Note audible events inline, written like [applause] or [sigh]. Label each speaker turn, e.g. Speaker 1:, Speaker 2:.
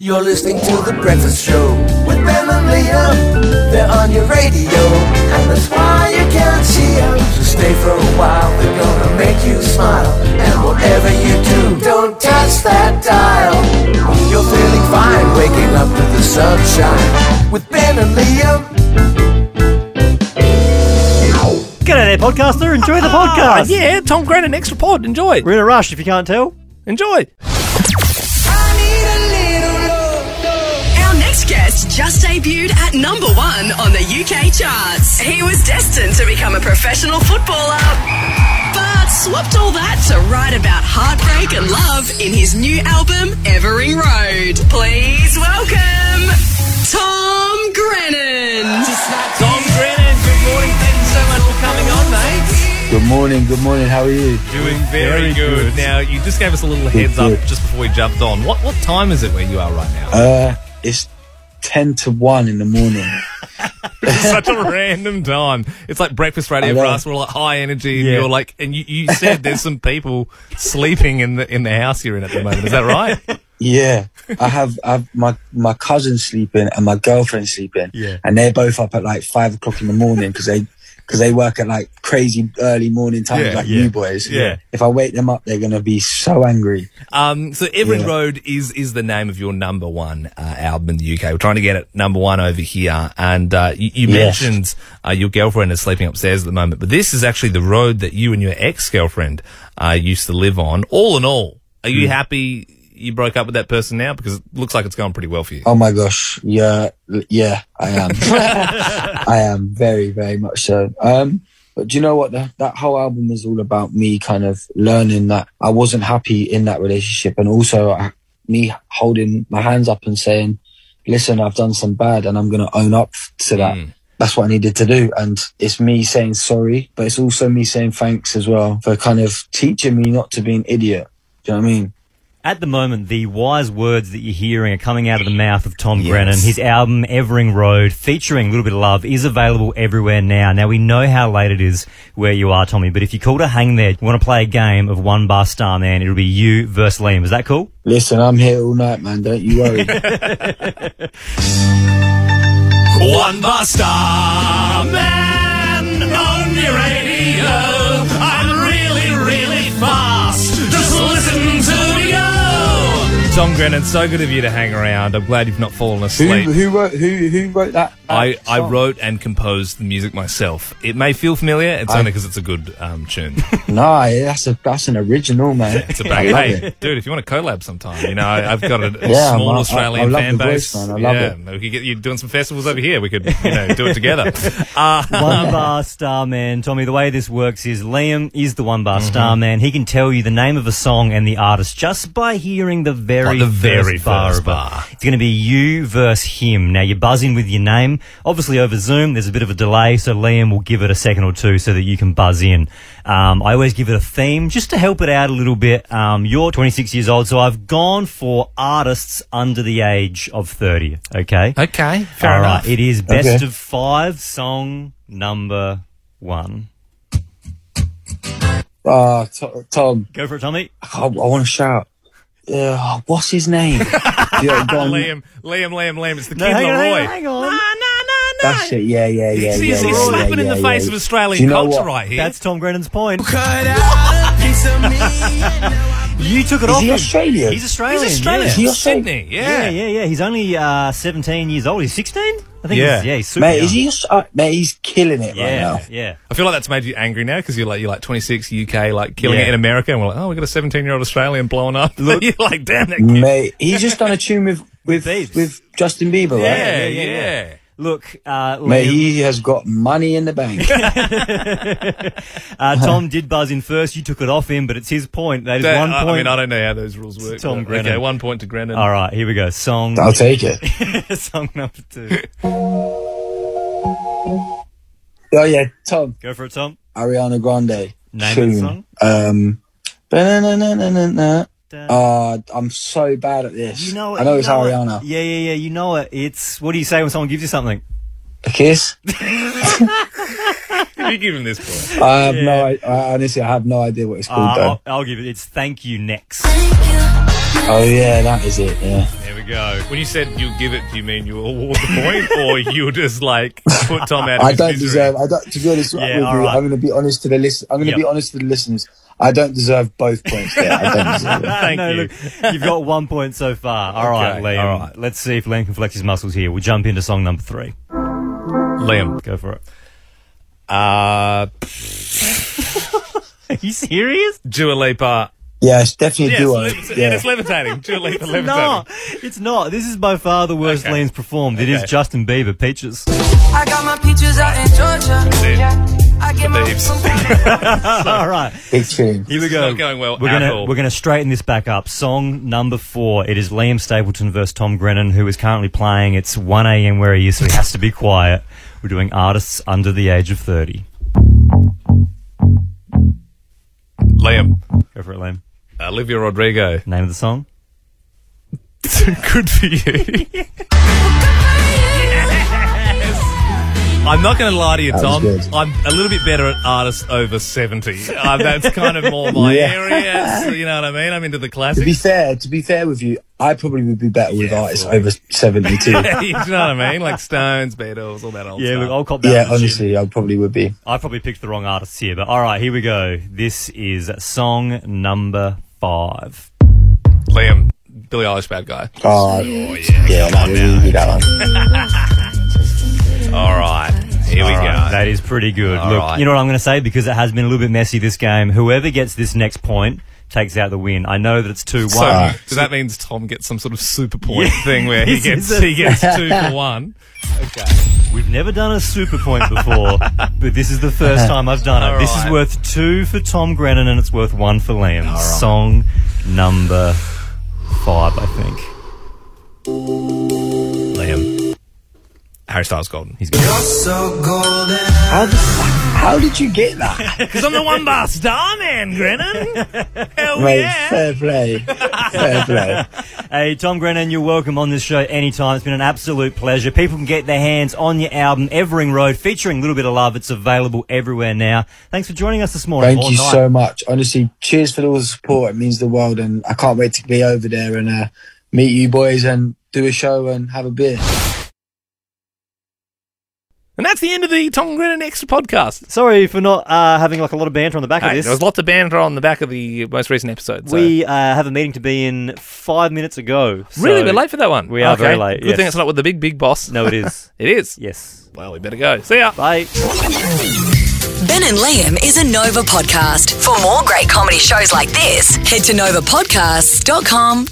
Speaker 1: You're listening to The Breakfast Show with Ben and Liam. They're on your radio, and that's why you can't see 'em. So stay for a while, they're gonna make you smile. And whatever you do, don't touch that dial. You're feeling fine, waking up to the sunshine with Ben and Liam.
Speaker 2: G'day there, podcaster. Enjoy the
Speaker 3: Ah,
Speaker 2: podcast.
Speaker 3: Yeah, Tom Grennan, extra pod. Enjoy.
Speaker 2: We're in a rush, if you can't tell.
Speaker 3: Enjoy.
Speaker 4: Our next guest just debuted at number one on the UK charts. He was destined to become a professional footballer, but swapped all that to write about heartbreak and love in his new album, Evering Road. Please welcome Tom Grennan.
Speaker 3: Tom Grennan, good morning. Thank you so much for coming on, mate.
Speaker 5: Good morning, good morning. How are you?
Speaker 6: Doing very, good. Now, you just gave us a little heads up just before we jumped on. What what time is it where you are right now?
Speaker 5: Uh, it's 10 to 1 in the morning.
Speaker 6: Such a random time. It's like breakfast radio
Speaker 5: I
Speaker 6: for
Speaker 5: know.
Speaker 6: us. We're like high energy, and
Speaker 2: Yeah.
Speaker 6: you're like, and you, you said there's some people sleeping in the in the house you're in at the moment. Is that
Speaker 5: [laughs]
Speaker 6: right?
Speaker 5: yeah, I have I've my my cousin sleeping and my girlfriend sleeping.
Speaker 2: Yeah.
Speaker 5: and they're both up at like five o'clock in the morning because they because they work at like crazy early morning times,
Speaker 6: Yeah,
Speaker 5: like
Speaker 6: yeah,
Speaker 5: you boys.
Speaker 6: yeah.
Speaker 5: if I wake them up, they're gonna be so angry.
Speaker 6: Um, so Everin
Speaker 5: Yeah.
Speaker 6: Road is is the name of your number one uh, album in the UK. We're trying to get it number one over here, and uh, you, you
Speaker 5: Yes.
Speaker 6: mentioned uh, your girlfriend is sleeping upstairs at the moment, but this is actually the road that you and your ex girlfriend uh, used to live on. All in all, are
Speaker 5: Hmm.
Speaker 6: you happy you broke up with that person now? Because it looks like it's going pretty well for you.
Speaker 5: Oh my gosh, yeah, l- yeah, I am. I am very, very much so. Um, but do you know what? The, that whole album was all about me kind of learning that I wasn't happy in that relationship, and also I, me holding my hands up and saying, "Listen, I've done some bad, and I'm going to own up to that." That's what I needed to do, and it's me saying sorry, but it's also me saying thanks as well for kind of teaching me not to be an idiot. Do you know what I mean?
Speaker 2: At the moment, the wise words that you're hearing are coming out of the mouth of Tom Grennan. His album, Evering Road, featuring a little bit of love, is available everywhere now. Now, we know how late it is where you are, Tommy, but if you call to hang there, you want to play a game of one bar star, man, it'll be you versus Liam. Is that cool?
Speaker 5: Listen, I'm here all night, man. Don't you worry.
Speaker 6: One Buster Man on your radio. I'm really, really fast. Just listen to me go. Tom Grennan, so good of you to hang around. I'm glad you've not fallen asleep.
Speaker 5: Who, who wrote who who wrote that?
Speaker 6: I,
Speaker 5: that
Speaker 6: I
Speaker 5: song?
Speaker 6: wrote and composed the music myself. It may feel familiar. It's
Speaker 5: I-
Speaker 6: only because it's a good um, tune.
Speaker 5: Nah, yeah, that's a that's an original man.
Speaker 6: [laughs]
Speaker 5: [laughs]
Speaker 6: It's a
Speaker 5: I
Speaker 6: bang.
Speaker 5: love
Speaker 6: hey,
Speaker 5: it.
Speaker 6: dude, if you want to collab sometime, you know, I- I've got a
Speaker 5: [laughs] Yeah,
Speaker 6: small
Speaker 5: man, I- I
Speaker 6: Australian
Speaker 5: love
Speaker 6: fan
Speaker 5: your voice,
Speaker 6: base.
Speaker 5: man. I love
Speaker 6: yeah,
Speaker 5: it.
Speaker 6: we could get you doing some festivals over here. We could, you know, do it
Speaker 5: [laughs]
Speaker 6: together. Uh, [laughs]
Speaker 2: one bar star man, Tommy. The way this works is Liam is the one bar
Speaker 6: Mm-hmm.
Speaker 2: star man. He can tell you the name of a song and the artist just by hearing the very,
Speaker 6: Like the very
Speaker 2: first bar.
Speaker 6: first
Speaker 2: of it.
Speaker 6: bar.
Speaker 2: It's going to be you versus him. Now you buzz in with your name. Obviously over Zoom, there's a bit of a delay, so Liam will give it a second or two so that you can buzz in. Um, I always give it a theme just to help it out a little bit. Um, you're 26 years old, so I've gone for artists under the age of 30. Okay.
Speaker 6: okay, fair
Speaker 2: All
Speaker 6: enough.
Speaker 2: right, it is best
Speaker 5: Okay.
Speaker 2: of five song number one.
Speaker 5: Ah, To- Tom,
Speaker 2: Go for it, Tommy.
Speaker 5: I, want to shout. Yeah, what's
Speaker 6: [laughs]
Speaker 5: his name? yeah, go on.
Speaker 6: Liam, Liam, Liam, Liam. It's the
Speaker 2: No,
Speaker 6: Kid
Speaker 2: hang on, hang on,
Speaker 6: Leroy.
Speaker 2: hang on.
Speaker 5: That's it. Yeah, yeah, yeah.
Speaker 6: He's,
Speaker 5: yeah,
Speaker 6: he's,
Speaker 5: yeah,
Speaker 6: he's
Speaker 5: yeah,
Speaker 6: slapping in
Speaker 5: yeah,
Speaker 6: the
Speaker 5: yeah.
Speaker 6: face of Australian
Speaker 5: Do you know
Speaker 6: culture
Speaker 5: what?
Speaker 6: right here.
Speaker 2: That's Tom Grennan's point. you took it
Speaker 5: Is
Speaker 2: off.
Speaker 5: he
Speaker 2: him.
Speaker 5: Australian?
Speaker 2: He's Australian.
Speaker 6: he's Australian.
Speaker 5: Is he
Speaker 2: Yeah.
Speaker 5: Australian?
Speaker 6: Sydney.
Speaker 2: Yeah,
Speaker 6: Yeah.
Speaker 2: yeah, yeah. He's only uh, 17 years old. He's 16? I think
Speaker 6: Yeah.
Speaker 2: he's, yeah, he's super.
Speaker 5: Mate,
Speaker 2: young.
Speaker 5: is he? Aus- Uh, mate, he's killing it right
Speaker 2: Yeah,
Speaker 5: now.
Speaker 2: yeah.
Speaker 6: I feel like that's made you angry now because you're like you're like 26 UK, like killing
Speaker 2: Yeah.
Speaker 6: it in America, and we're like, oh, we got a 17 year old Australian blowing up. [laughs] you're like, damn that kid.
Speaker 5: Mate, he's just done a tune with with
Speaker 2: Babes.
Speaker 5: with Justin Bieber, right?
Speaker 6: yeah, yeah,
Speaker 2: yeah, yeah. Look, uh,
Speaker 5: Mate,
Speaker 2: Liam-
Speaker 5: he has got money in
Speaker 6: [laughs]
Speaker 5: the bank. [laughs]
Speaker 2: uh, Tom did buzz in first. You took it off him, but it's his point. That is
Speaker 6: That-
Speaker 2: one
Speaker 6: I-
Speaker 2: point.
Speaker 6: I mean, I don't know how those rules work.
Speaker 2: Tom
Speaker 6: but-
Speaker 2: Grennan.
Speaker 6: Okay, one point to Grennan.
Speaker 2: All right, here we go. Song,
Speaker 5: I'll take it.
Speaker 2: [laughs] song number two.
Speaker 5: Oh yeah, Tom,
Speaker 2: Go for it, Tom.
Speaker 5: Ariana Grande.
Speaker 2: Name of the
Speaker 5: tune.
Speaker 2: song.
Speaker 5: Um, ba-na-na-na-na-na.
Speaker 2: Da-
Speaker 5: Uh, I'm so bad at this.
Speaker 2: You know it.
Speaker 5: I know
Speaker 2: you
Speaker 5: it's
Speaker 2: it.
Speaker 5: Ariana.
Speaker 2: Yeah, yeah, yeah. You know it. It's what do you say when someone gives you something?
Speaker 5: A kiss?
Speaker 6: You give him this point.
Speaker 5: I
Speaker 2: [laughs]
Speaker 5: have no. I, I honestly, I have no idea what it's
Speaker 2: Uh,
Speaker 5: called.
Speaker 6: [laughs]
Speaker 2: I'll, I'll give it. It's thank you next.
Speaker 7: Thank you, no
Speaker 5: Oh yeah, that is it. Yeah.
Speaker 6: There we go. When you said you give it, do you mean you award the point, or you just like put Tom out of
Speaker 5: I
Speaker 6: his
Speaker 5: don't
Speaker 6: misery?
Speaker 5: deserve. I don't. To be honest
Speaker 2: Yeah,
Speaker 5: with you,
Speaker 2: alright.
Speaker 5: I'm going to be honest to the list. I'm going to
Speaker 2: Yep.
Speaker 5: be honest to the listeners. I don't deserve both points there. I
Speaker 2: [laughs]
Speaker 5: don't deserve it.
Speaker 6: Thank
Speaker 2: no,
Speaker 6: you.
Speaker 2: Look, you've got one point so far. All right,
Speaker 6: Okay,
Speaker 2: Liam.
Speaker 6: all right.
Speaker 2: Let's see if Liam can flex his muscles here. We'll jump into song number three.
Speaker 6: Liam.
Speaker 2: Go
Speaker 6: [laughs]
Speaker 2: for it.
Speaker 6: Uh,
Speaker 2: Are you [laughs] serious?
Speaker 6: Dua Lipa.
Speaker 5: Yeah, it's definitely a
Speaker 6: Yes,
Speaker 5: duo.
Speaker 6: it's, yeah.
Speaker 5: Yeah.
Speaker 6: it's levitating. Dua Lipa levitating.
Speaker 2: No, it's not. This is by far the worst
Speaker 6: Okay.
Speaker 2: Liam's performed. It is
Speaker 6: Okay.
Speaker 2: Justin Bieber,
Speaker 6: [laughs]
Speaker 2: Peaches.
Speaker 7: [laughs] I got my peaches out in Georgia.
Speaker 6: it.
Speaker 7: I get
Speaker 6: The
Speaker 7: my
Speaker 6: hips.
Speaker 2: [laughs] All right,
Speaker 5: Big tune.
Speaker 2: here we
Speaker 6: It's
Speaker 2: go.
Speaker 6: not going well
Speaker 2: We're
Speaker 6: at
Speaker 2: gonna
Speaker 6: all.
Speaker 2: we're gonna straighten this back up. Song number four. It is Liam Stapleton versus Tom Grennan, who is currently playing. It's one a.m. where he is, so he has to be quiet. We're doing artists under the age of thirty.
Speaker 6: Liam.
Speaker 2: Go for it, Liam.
Speaker 6: Olivia Rodrigo.
Speaker 2: Name of the
Speaker 5: [laughs]
Speaker 2: song.
Speaker 6: Good for you. I'm not going to lie to you,
Speaker 5: was
Speaker 6: Tom.
Speaker 5: good.
Speaker 6: I'm a little bit better at artists over 70. Uh, that's kind of more my
Speaker 5: Yeah.
Speaker 6: area. so you know what I mean? I'm into the
Speaker 5: To be
Speaker 6: classics.
Speaker 5: fair, to be fair with you, I probably would be better with
Speaker 6: Yeah,
Speaker 5: artists over
Speaker 2: [laughs]
Speaker 6: [laughs]
Speaker 5: seventy-two.
Speaker 6: you know what I mean? Like Stones, Beatles, all that old
Speaker 2: Yeah,
Speaker 6: stuff.
Speaker 2: look, I'll cop that.
Speaker 5: yeah,
Speaker 2: one.
Speaker 5: honestly, I probably would be.
Speaker 2: I probably picked the wrong artists here, but all right, here we go. This is song number five.
Speaker 6: Liam, Billy Eilish, bad guy.
Speaker 5: Oh, yeah, that really good, that
Speaker 6: [laughs]
Speaker 5: one.
Speaker 6: All right, here we
Speaker 2: All right,
Speaker 6: go.
Speaker 2: That is pretty good.
Speaker 6: All
Speaker 2: Look,
Speaker 6: right.
Speaker 2: you know what I'm going to say because it has been a little bit messy this game. Whoever gets this next point takes out the win. I know that it's two
Speaker 6: [laughs] So,
Speaker 2: one.
Speaker 6: so that means Tom gets some sort of super point
Speaker 2: Yeah.
Speaker 6: thing where he
Speaker 2: This is
Speaker 6: gets
Speaker 2: a-
Speaker 6: he
Speaker 2: [laughs]
Speaker 6: gets two for one.
Speaker 2: We've never done a super point
Speaker 6: [laughs]
Speaker 2: before, but this is the first time I've done it.
Speaker 6: All
Speaker 2: This is
Speaker 6: right.
Speaker 2: worth two for Tom Grennan and it's worth one for Liam. Song number five, I think.
Speaker 6: Liam, Harry Styles Golden.
Speaker 2: He's got
Speaker 5: How the fuck? How did you get that?
Speaker 6: Because I'm the one bar star man,
Speaker 2: [laughs]
Speaker 6: Ah, Grennan. Hell
Speaker 5: Mate,
Speaker 6: yeah.
Speaker 5: fair play,
Speaker 6: [laughs]
Speaker 5: fair play.
Speaker 2: Hey, Tom Grennan, you're welcome on this show anytime. It's been an absolute pleasure. People can get their hands on your album, Evering Road, featuring Little Bit of Love. It's available everywhere now. Thanks for joining us this morning.
Speaker 5: Thank
Speaker 2: or
Speaker 5: you
Speaker 2: night.
Speaker 5: so much. Honestly, cheers for all the support. It means the world, and I can't wait to be over there and uh, meet you boys and do a show and have a beer.
Speaker 6: And that's the end of the Tom Grennan Extra podcast.
Speaker 2: Sorry for not uh, having like a lot of banter on the back
Speaker 6: Hey,
Speaker 2: of
Speaker 6: there
Speaker 2: this.
Speaker 6: was lots of banter on the back of the most recent episode. So.
Speaker 2: We uh, have a meeting to be in five minutes ago. so-
Speaker 6: really we're late for that one.
Speaker 2: We are very late,
Speaker 6: Good
Speaker 2: yes.
Speaker 6: thing it's not with the big big boss.
Speaker 2: No, it is.
Speaker 6: it is.
Speaker 2: yes.
Speaker 6: Well, we better go. See ya.
Speaker 2: Bye.
Speaker 4: Ben and Liam is a Nova podcast. For more great comedy shows like this, head to novapodcasts.com.au.